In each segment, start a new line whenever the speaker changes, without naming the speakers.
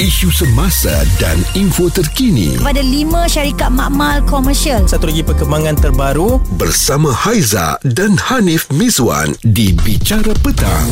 isu semasa dan info terkini
kepada lima syarikat makmal komersial.
Satu lagi perkembangan terbaru
bersama Haiza dan Hanif Mizwan di Bicara Petang.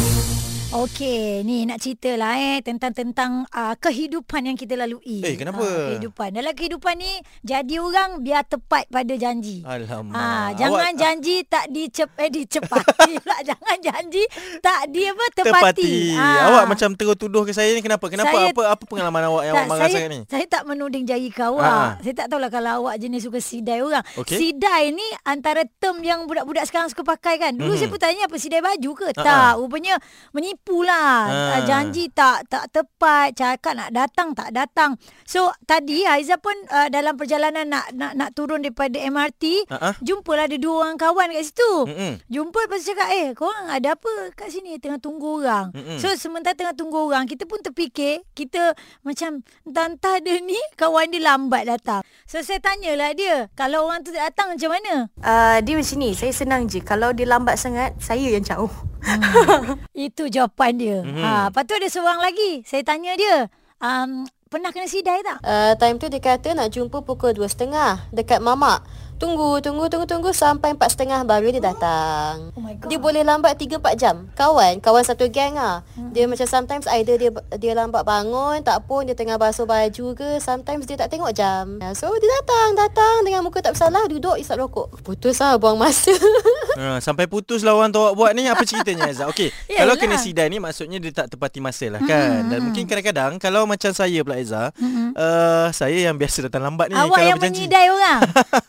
Okey, ni nak cerita lah eh tentang-tentang uh, kehidupan yang kita lalui.
Eh, kenapa?
Ah, kehidupan. Dalam kehidupan ni, jadi orang biar tepat pada janji.
Alamak.
Ah, jangan
Awak-
janji tak dicep eh dicepati pula. jangan janji tak di apa tepati. Ah.
Awak macam terus tuduh ke saya ni kenapa? Kenapa
Saya-
apa apa pengalaman awak yang awak marah
saya,
sangat ni?
Saya tak menuding jari ke awak.
Ah.
Saya tak tahulah kalau awak jenis suka sidai orang.
Okey.
Sidai ni antara term yang budak-budak sekarang suka pakai kan. Dulu
Mhm.
mm-hmm. saya pun tanya apa sidai baju ke?
Ah,
Tak.
ah.
Rupanya menipu lah.
Ah.
Ah, Janji tak tak tepat. Cakap nak datang tak datang. So tadi Aiza pun uh, dalam perjalanan nak nak nak turun daripada MRT.
Ha ah.
Jumpalah ada dua orang kawan kat situ.
Mm-mm.
Jumpa lepas tu cakap Eh korang ada apa kat sini Tengah tunggu orang
Mm-mm.
Mm-mm. So sementara tengah tunggu orang Kita pun terfikir Kita macam Entah-entah dia ni Kawan dia lambat datang So saya tanyalah dia Kalau orang tu tak datang macam mana
Uh, dia macam ni Saya senang je Kalau dia lambat sangat Saya yang jauh
Hmm.
Itu jawapan dia
Mhm.
mm-hmm. ha, Lepas tu ada seorang lagi Saya tanya dia um, Pernah kena sidai tak?
Uh, time tu dia kata nak jumpa pukul 2.30 dekat mamak. Tunggu, tunggu, tunggu, tunggu sampai 4.30 baru dia datang.
Oh my God.
Dia boleh lambat 3-4 jam. Kawan, kawan satu geng ah.
Hmm.
Dia macam sometimes either dia dia lambat bangun, tak pun dia tengah basuh baju ke, sometimes dia tak tengok jam. Ah, So dia datang, datang dengan muka tak bersalah, duduk isap rokok. Putus lah buang masa.
Ha, sampai putus lah orang tu awak buat ni Apa ceritanya Azhar Okay
Yelah.
Kalau kena sidai ni Maksudnya dia tak tepati masa lah
Hmm,
kan Dan mungkin kadang-kadang Kalau macam saya pula Azhar
Mm-mm.
uh, Saya yang biasa datang lambat ni
Hmm, Awak
kalau
yang
berjanji.
menyidai orang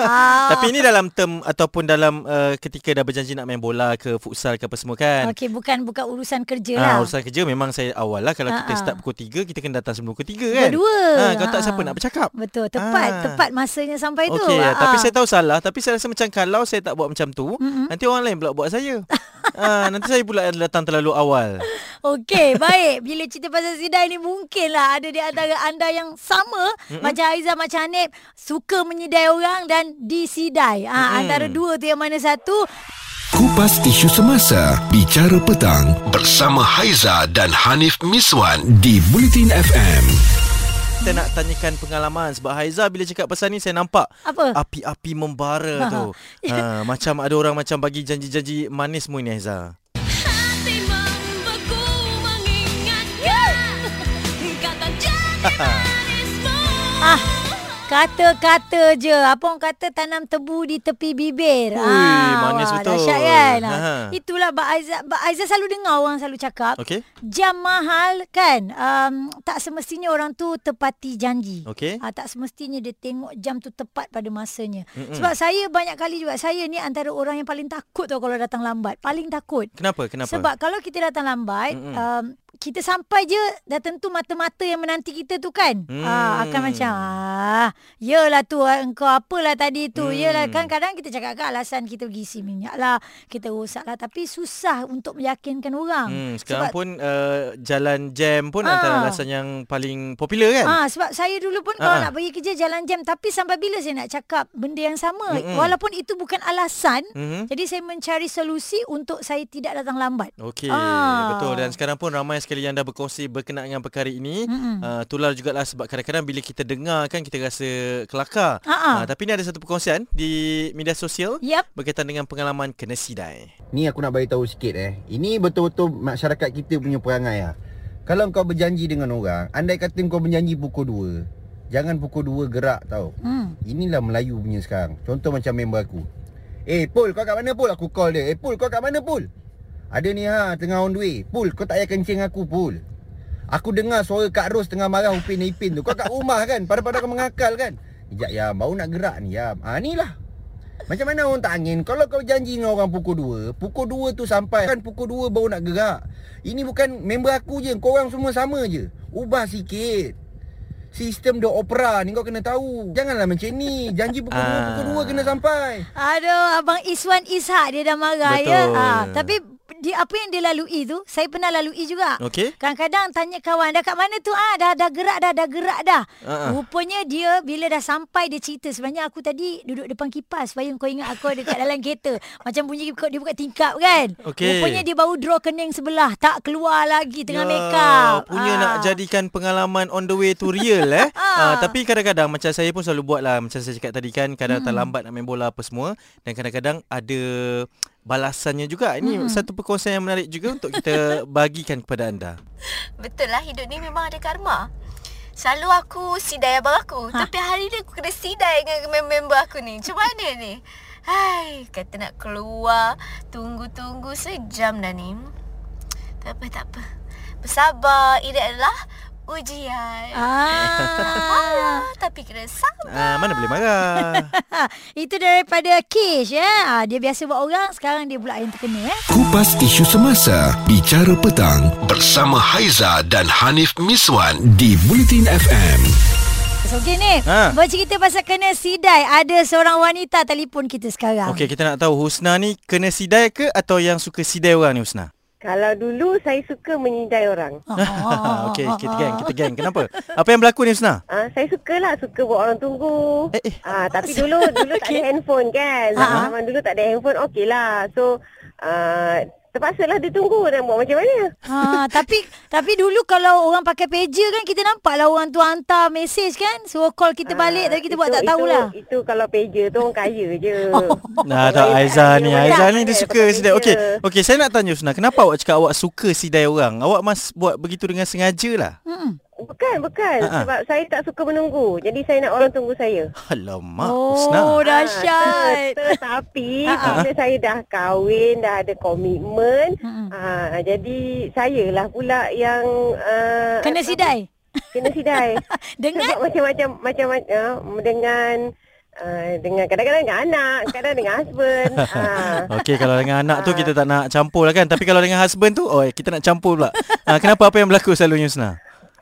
ha.
Tapi ini dalam term Ataupun dalam uh, Ketika dah berjanji nak main bola ke Futsal ke apa semua kan
Okey bukan bukan urusan kerja lah
Ha, urusan kerja memang saya awal lah Kalau
Ha,
kita
ha.
start pukul 3 Kita kena datang sebelum pukul 3 kan
Berdua.
ha, Kalau tak
Ha.
siapa nak bercakap
Betul tepat
Ah.
Tepat masanya sampai tu
Okey,
Ah,
ya. tapi
ah.
saya tahu salah. Tapi saya rasa macam kalau saya tak buat macam tu,
Mm-mm.
nanti orang lain pula buat saya. ah, nanti saya pula datang terlalu awal.
Okey, baik. Bila cerita pasal sidai ni mungkinlah ada di antara anda yang sama mm-hmm. macam Aiza macam Hanif suka menyidai orang dan disidai. Ha, mm-hmm. antara dua tu yang mana satu?
Kupas isu semasa Bicara Petang bersama Haiza dan Hanif Miswan di Bulletin FM.
Kita nak tanyakan pengalaman sebab Haiza bila cakap pasal ni saya nampak
Apa? Ya.
api-api membara tu. Ha, macam ada orang macam bagi janji-janji manis mu ni Haiza.
Ah, kata-kata je. Apa orang kata tanam tebu di tepi bibir. Ah,
Ui, manis betul.
Dahsyat kan? Ha.
Ha.
Itulah Pak Aiza, Pak Aiza selalu dengar orang selalu cakap.
Okey?
Jam mahal kan um, Tak semestinya orang tu tepati janji
Okey.
Ah, tak semestinya dia tengok jam tu tepat pada masanya. Mm-mm. Sebab saya banyak kali juga saya ni antara orang yang paling takut tau kalau datang lambat. Paling takut.
Kenapa? Kenapa?
Sebab kalau kita datang lambat,
Mm-mm.
um, kita sampai je dah tentu mata-mata yang menanti kita tu kan.
Hmm.
Ah, akan macam ah, yelah tu ah, engkau apalah tadi tu.
Hmm.
Yelah kan kadang kita cakap kan alasan kita pergi isi minyak lah, kita rosak lah tapi susah untuk meyakinkan orang.
Hmm, sekarang
Sebab-
pun uh, jalan jam pun
Ah.
antara alasan yang paling popular kan?
Ah sebab saya dulu pun kalau
Ah.
nak pergi kerja jalan jam tapi sampai bila saya nak cakap benda yang sama Mm-mm.
Mm-mm.
walaupun itu bukan alasan
Mhm.
jadi saya mencari solusi untuk saya tidak datang lambat.
Okey,
Ah.
betul dan sekarang pun ramai sekali yang dah berkongsi berkenaan dengan perkara ini.
Mm-mm.
Uh, tular jugalah sebab kadang-kadang bila kita dengar kan kita rasa kelakar.
Ha-ha.
Ah, tapi ni ada satu perkongsian di media sosial
Yap.
berkaitan dengan pengalaman kena sidai.
Ni aku nak bagi tahu sikit eh. Ini betul-betul masyarakat kita punya perangai ah. Kalau kau berjanji dengan orang, andai kata kau berjanji pukul 2, jangan pukul 2 gerak tau.
Hmm.
Inilah Melayu punya sekarang. Contoh macam member aku. Eh, Pul, kau kat mana Pul? Aku call dia. Eh, Pul, kau kat mana Pul? Ada ni ha, tengah on the way. Pul, kau tak payah kencing aku, Pul. Aku dengar suara Kak Ros tengah marah Upin dan Ipin tu. Kau kat rumah kan? Pada-pada kau mengakal kan? Sekejap, Yam. Baru nak gerak ni, Yam. Ha, ni lah. Macam mana orang tak angin Kalau kau janji dengan orang pukul 2 Pukul 2 tu sampai Kan pukul 2 baru nak gerak Ini bukan member aku je Korang semua sama je Ubah sikit Sistem the opera ni kau kena tahu Janganlah macam ni Janji pukul 2
Ah.
Pukul 2 kena sampai
Aduh abang Iswan Ishak dia dah marah
Betul.
ya. Ah tapi dia, apa yang dia lalui tu, saya pernah lalui juga.
Okey.
Kadang-kadang tanya kawan, dah kat mana tu? Ah, dah dah gerak dah, dah gerak dah.
Ah, ah.
Rupanya dia bila dah sampai dia cerita sebenarnya aku tadi duduk depan kipas supaya kau ingat aku ada kat dalam kereta. Macam bunyi kau dia buka tingkap kan.
Okey.
Rupanya dia baru draw kening sebelah, tak keluar lagi tengah
Ya,
make up.
Punya
Ah.
nak jadikan pengalaman on the way to real eh.
Ah.
ah, tapi kadang-kadang macam saya pun selalu buat lah. Macam saya cakap tadi kan, kadang hmm. terlambat nak main bola apa semua. Dan kadang-kadang ada balasannya juga. Ini hmm. satu perkongsian yang menarik juga untuk kita bagikan kepada anda.
Betul lah hidup ni memang ada karma. Selalu aku sidai abang aku. Ha. Tapi hari ni aku kena sidai dengan member-member aku ni. Macam mana ni? Hai, kata nak keluar. Tunggu-tunggu sejam dah ni. Tak apa, tak apa. Bersabar. Ini adalah ujian.
Ah.
Ah, tapi kena sabar.
Ah, mana boleh marah.
Itu daripada Kish ya. Ah, Dia biasa buat orang, sekarang dia pula yang terkena eh.
Kupas isu semasa Bicara petang Bersama Haiza dan Hanif Miswan Di Bulletin FM
So gini, ha.
Ha.
bercerita pasal kena sidai, ada seorang wanita telefon kita sekarang.
Okey, kita nak tahu Husna ni kena sidai ke atau yang suka sidai orang ni Husna?
Kalau dulu saya suka menyidai orang.
Ah,
Okey, kita geng, kita geng. Kenapa? Apa yang berlaku ni Husna?
Ah, saya suka lah suka buat orang tunggu.
Eh, eh.
Ah, tapi dulu dulu tak ada handphone kan.
Ah.
Zaman dulu tak ada handphone okey lah. So ah, terpaksalah dia tunggu nak buat macam mana.
Ha, tapi tapi dulu kalau orang pakai pager kan kita nampak lah orang tu hantar mesej kan, suruh call kita balik tapi kita buat tak lah. Oh. tahulah.
Ah, Itu, itu kalau pager tu orang kaya je.
Nah, tak Aiza ni. Aiza ni dia suka sidai. Okey. Okey, saya nak tanya Husna, kenapa awak cakap awak suka sidai orang? Awak mas buat begitu dengan sengaja lah.
Hmm,
Bukan, bukan.
Ah, ah.
Sebab saya tak suka menunggu. Jadi saya nak orang tunggu saya.
Alamak, Husna.
Oh, dahsyat.
Ah, ter- Tetapi
Ha,
bila saya dah kahwin, dah ada komitmen,
Mm-mm.
ah, jadi sayalah pula yang ah,
Kena sidai.
kena sidai.
Dengan
Sebab macam-macam macam ah, dengan ah, dengan kadang-kadang dengan anak, kadang dengan husband. ah.
Okey, kalau dengan anak tu kita tak nak campur lah kan. Tapi kalau dengan husband tu, oh kita nak campur pula. Ah, kenapa apa yang berlaku selalunya Husna?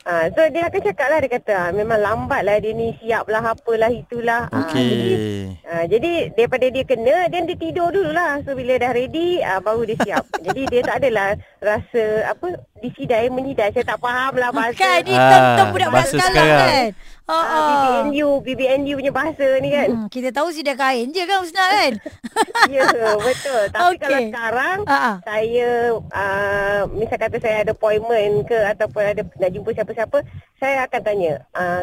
Ah, so dia akan cakap lah dia kata ah, memang lambat lah dia ni siap lah apalah itulah. Ah, jadi,
Okey.
ah, jadi daripada dia kena then dia tidur dulu lah. So bila dah ready ah, baru dia siap. jadi dia tak adalah rasa apa disidai menyidai. Saya tak faham lah bahasa.
kan ni
Ah,
tentang budak-budak
bahasa
sekarang,
sekarang.
kan. Ha.
Ah,
ah.
BBNU, BBNU punya bahasa ni kan.
Hmm, kita tahu sidai kain je kan Usna kan.
Ya, betul. Tapi
Okey.
okay. kalau sekarang
Ah, ah.
saya uh, misal kata saya ada appointment ke ataupun ada nak jumpa siapa-siapa, saya akan tanya, uh,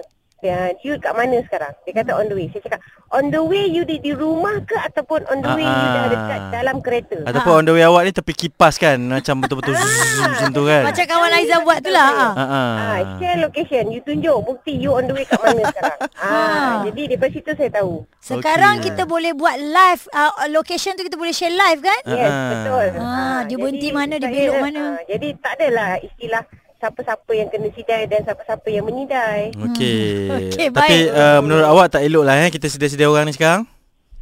you kat mana sekarang? Dia kata on the way. Saya cakap, on the way you di, di rumah ke ataupun on the way you
Ah.
dah dekat dalam kereta?
Ataupun
Ah.
on the way awak ni tepi kipas kan. Macam betul-betul zzz, macam tu kan.
Macam kawan Aiza buat tu lah. ah.
Ah, ah.
Ah, share location. You tunjuk bukti you on the way kat mana sekarang.
Ah.
Ah, jadi daripada situ saya tahu.
Sekarang
Okey.
kita boleh buat live uh, location tu kita boleh share live kan?
Yes,
Ah.
betul. Ha,
Ah, dia
jadi
berhenti mana, dia
saya,
belok mana.
ah, jadi tak adalah istilah siapa-siapa yang kena sidai dan siapa-siapa yang menidai.
Okey.
Okey,
Tapi
baik.
uh, menurut awak tak elok lah eh kita sidai-sidai orang ni sekarang?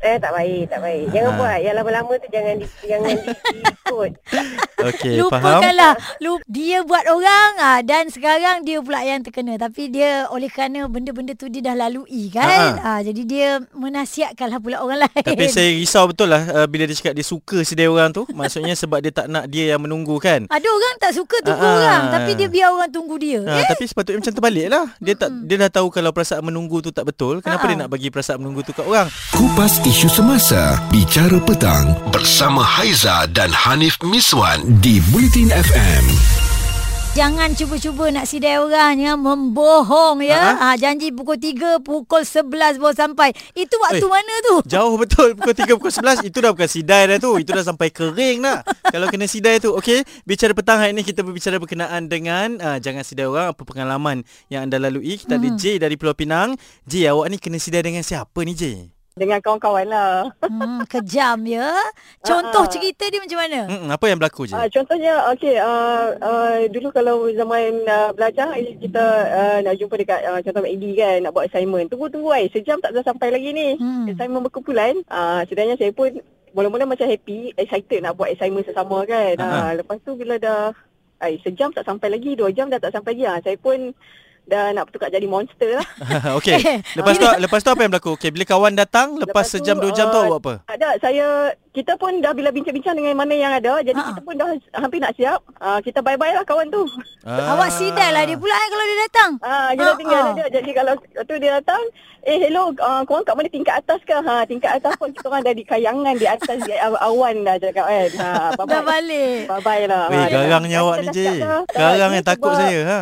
Eh tak baik, tak baik. Jangan
Ah.
buat. Yang lama-lama tu jangan di, jangan di, diikut.
Okey, faham?
Lupakanlah Lup, Dia buat orang ah, Dan sekarang dia pula yang terkena Tapi dia oleh kerana benda-benda tu dia dah lalui kan
Ha-ha.
ah, Jadi dia menasihatkanlah pula orang lain
Tapi saya risau betul lah uh, bila dia cakap dia suka sidai orang tu. Maksudnya sebab dia tak nak dia yang menunggu kan.
Ada orang tak suka tunggu
Ha-ha.
orang Tapi dia biar orang tunggu dia
Ha, eh? Tapi sepatutnya macam terbalik lah Dia tak
Hmm.
dia dah tahu kalau perasaan menunggu tu tak betul Kenapa
Ha-ha.
dia nak bagi perasaan menunggu tu kat orang
Kupas isu semasa Bicara petang Bersama Haiza dan Hanif Miswan Di Bulletin FM
Jangan cuba-cuba nak sidai orang ya Membohong ya ha, Janji pukul 3 Pukul 11 baru sampai Itu waktu
Eh,
mana tu?
Jauh betul pukul 3 pukul 11 Itu dah bukan sidai dah tu Itu dah sampai kering dah Kalau kena sidai tu Okey Bicara petang hari ni Kita berbicara berkenaan dengan uh, Jangan sidai orang Apa pengalaman yang anda lalui Kita
Hmm.
ada J dari Pulau Pinang J awak ni kena sidai dengan siapa ni J?
Dengan kawan-kawan lah.
hmm, kejam ya Contoh cerita dia macam mana?
Hmm, apa yang berlaku J?
Ah, contohnya, okey, uh, uh, dulu kalau zaman uh, belajar, eh, kita uh, nak jumpa dekat uh, contoh McD kan, nak buat assignment. Tunggu-tunggu ai, sejam tak dah sampai lagi ni.
Hmm.
Hmm. Assignment berkumpulan, uh, sedangkan saya pun mula-mula macam happy, excited nak buat assignment sesama eh, kan. Uh, lepas tu bila dah, ai, sejam tak sampai lagi, dua jam dah tak sampai lagi. ah, saya pun dah nak bertukar jadi monster lah.
Okey. Lepas tu lepas tu apa yang berlaku? Okey, bila kawan datang lepas, lepas
Lepas tu,
sejam dua jam tu
uh,
ah,
awak apa?
Tak ada. Saya kita pun dah bila bincang-bincang dengan mana yang ada. Jadi
Ha.
kita pun dah hampir nak siap. Ah, kita bye-bye lah kawan tu.
Ah.
Awak sidai lah dia pula eh, kalau dia datang.
Ah, dia dah
Ha,
tinggal
ha.
dia. Jadi kalau tu dia datang, eh hello, uh, korang kat mana tingkat atas ke? Ha, tingkat atas pun kita orang dah di kayangan di atas di awan dah cakap kan. Ha, bye-bye.
Dah balik.
Bye-bye lah.
Weh,
Ha, dia
garangnya
dah-
awak
dah
ni,
cakap
Cik.
dah. Tak,
Garang
dia
yang takut
sebab-
saya. Ha.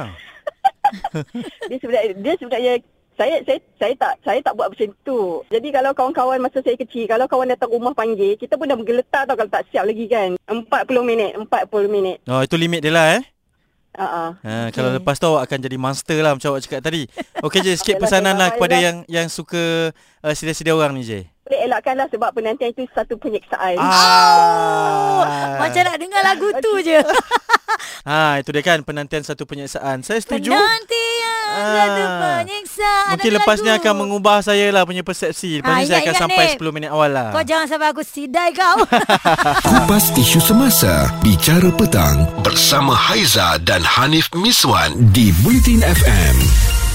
Dia sebenarnya dia sebenarnya saya saya saya tak saya tak buat macam tu. Jadi kalau kawan-kawan masa saya kecil, kalau kawan datang rumah panggil, kita pun dah bergeletar tau kalau tak siap lagi kan. 40 minit, 40 minit.
Oh, itu limit dia lah eh.
Ha ah.
Ha, okay. Kalau lepas tu awak akan jadi monster lah macam awak cakap tadi. Okey je, sikit
Okey lah,
pesanan lah
okey,
kepada
bye-bye.
yang yang suka uh, sidai-sidai orang ni, Jay. Ah.
Boleh elakkanlah sebab penantian itu satu penyiksaan.
Eh, Oh, macam nak dengar lagu tu je.
Ha, itu dia kan penantian satu penyiksaan. Saya setuju.
Penantian
Ah.
satu penyiksaan.
Mungkin
Ada
lepas ni
lagu.
akan mengubah saya lah punya persepsi. Lepas
Ah,
ni saya
ingat-
akan
ingat
sampai
ni.
10 minit awal lah.
Kau jangan sampai aku sidai kau.
Kupas isu semasa Bicara petang Bersama Haiza dan Hanif Miswan Di Bulletin FM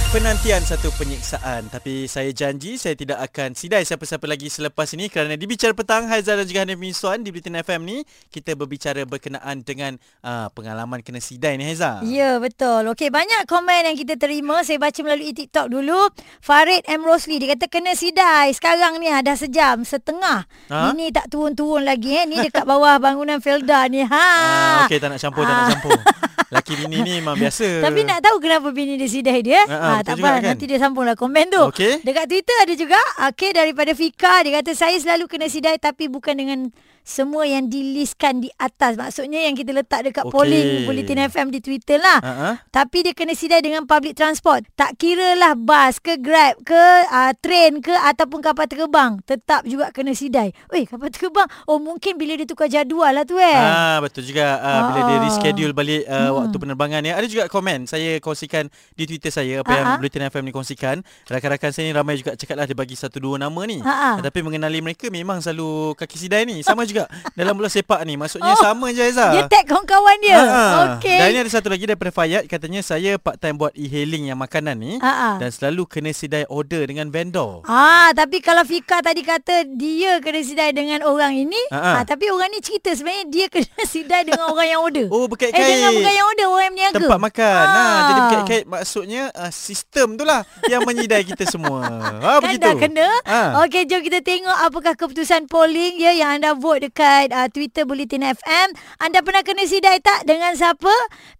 Penantian satu penyiksaan Tapi saya janji saya tidak akan sidai siapa-siapa lagi selepas ini Kerana di Bicara Petang Haizah dan juga Hanif Miswan di Britain FM ni Kita berbicara berkenaan dengan uh, pengalaman kena sidai ni Haizah
Ya, betul. Okey, banyak komen yang kita terima. Saya baca melalui TikTok dulu. Farid M. Rosli, dia kata kena sidai. Sekarang ni ah, dah sejam setengah.
Ha?
Ha? Ini tak turun-turun lagi. Eh. Ni dekat bawah bangunan Felda ni. Ha.
Ah, Okey tak nak campur, tak nak
Ah.
campur Laki bini ni memang biasa
Tapi nak tahu kenapa bini dia sidai dia
Ha, ha,
ha,
betul
Tak
juga
apa
kan?
Nanti dia sambunglah komen tu
Okey.
Dekat Twitter ada juga Okey daripada Fika Dia kata saya selalu kena sidai Tapi bukan dengan semua yang diliskan di atas Maksudnya yang kita letak dekat
Okey.
okay. polling Bulletin FM di Twitter lah
Ha, ha.
Tapi dia kena sidai dengan public transport Tak kira lah bas ke grab ke uh, Train ke ataupun kapal terbang Tetap juga kena sidai Weh kapal terbang Oh mungkin bila dia tukar jadual lah tu eh
Ah betul juga ah, bila dia
Ah. Hmm.
reschedule balik uh, waktu penerbangan ya. Ada juga komen saya kongsikan di Twitter saya apa yang
Ah, ah.
Bulletin FM ni kongsikan. Rakan-rakan saya ni ramai juga cakap lah dia bagi satu dua nama ni.
Ah, ah.
Tapi mengenali mereka memang selalu kaki sidai ni. Sama juga dalam bola sepak ni.
Oh.
Maksudnya sama je Aizah.
Dia tag kawan-kawan dia
Ah, ah.
Ya, Okey
Dan ini ada satu lagi daripada Fayat katanya saya part time buat e-hailing yang makanan ni
Ah, ah.
dan selalu kena sidai order dengan vendor.
Ah, tapi kalau Fika tadi kata dia kena sidai dengan orang ini,
Ah, ah.
ah, tapi orang ni cerita sebenarnya dia kena sidai dengan orang yang order.
Oh, berkait-kait.
Eh, dengan bukan yang order, orang yang Ah. berniaga.
Tempat makan. Ha, jadi berkait-kait maksudnya uh, sistem tu lah yang menyidai kita semua. Ha
Kan
begitu.
dah kena.
Ha.
Okey, jom kita tengok apakah keputusan polling ya yang anda vote dekat uh, Twitter Bulletin FM. Anda pernah kena sidai tak dengan siapa?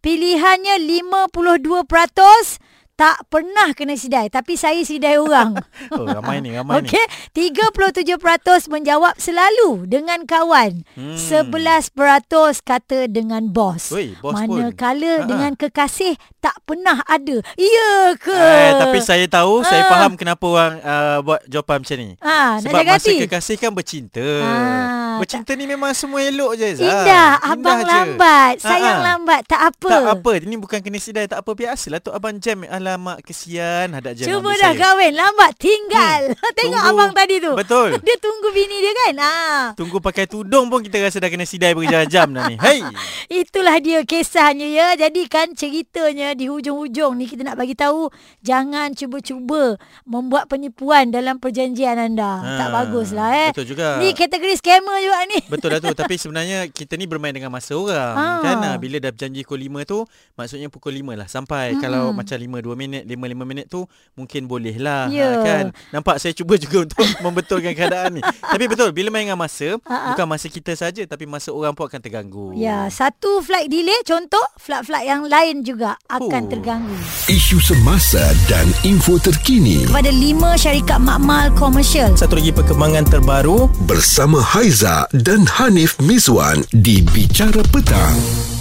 Pilihannya 52%. Tak pernah kena sidai Tapi saya sidai orang
Oh, ramai ni, ramai ni.
Okey, 37% menjawab selalu dengan kawan. Hmm. 11% kata dengan bos.
Ui, bos pun.
Manakala
Ha-ha.
dengan kekasih tak pernah ada. Iya ke?
Eh, tapi saya tahu, saya
Ah.
faham kenapa orang uh, buat jawapan macam ni.
Ah, nak
Sebab
jaga
masa
hati.
kekasih kan bercinta.
Ah,
bercinta ni memang semua elok je, Zah.
Indah, abang
Lah, je.
lambat, sayang
Ah, ah.
lambat, tak apa.
Tak apa, ini bukan kena sidai, tak apa. Biasalah tu abang jam. Alamak, kesian. Hadap jam
Cuma
ambil
dah
saya.
kahwin, lambat tinggal. Hmm. Tengok
Tunggu.
abang tadi tu.
Betul.
Dia tunggu bini dia kan. Ah.
Tunggu pakai tudung pun kita rasa dah kena sidai berjam-jam dah ni. Hey.
Itulah dia kisahnya ya. Jadi kan ceritanya di hujung-hujung ni kita nak bagi tahu jangan cuba-cuba membuat penipuan dalam perjanjian anda.
Ha,
Ha, tak baguslah eh.
betul juga.
Ni kategori scammer juga ni.
Betul lah tu Tapi sebenarnya Kita ni bermain dengan masa orang
Ah.
Kan ah, Bila dah berjanji pukul 5 tu Maksudnya pukul 5 lah Sampai hmm. Kalau macam 5-2 minit 5-5 minit tu Mungkin boleh lah
Ya.
ha, kan Nampak saya cuba juga Untuk membetulkan keadaan ni Tapi betul Bila main dengan masa
Ah, ah.
Bukan masa kita saja Tapi masa orang pun akan terganggu
Ya, satu flight delay contoh flight-flight yang lain juga akan
Oh.
terganggu.
Isu semasa dan info terkini
Kepada lima syarikat makmal komersial
Satu lagi perkembangan terbaru
Bersama Haiza dan Hanif Miswan Di Bicara Petang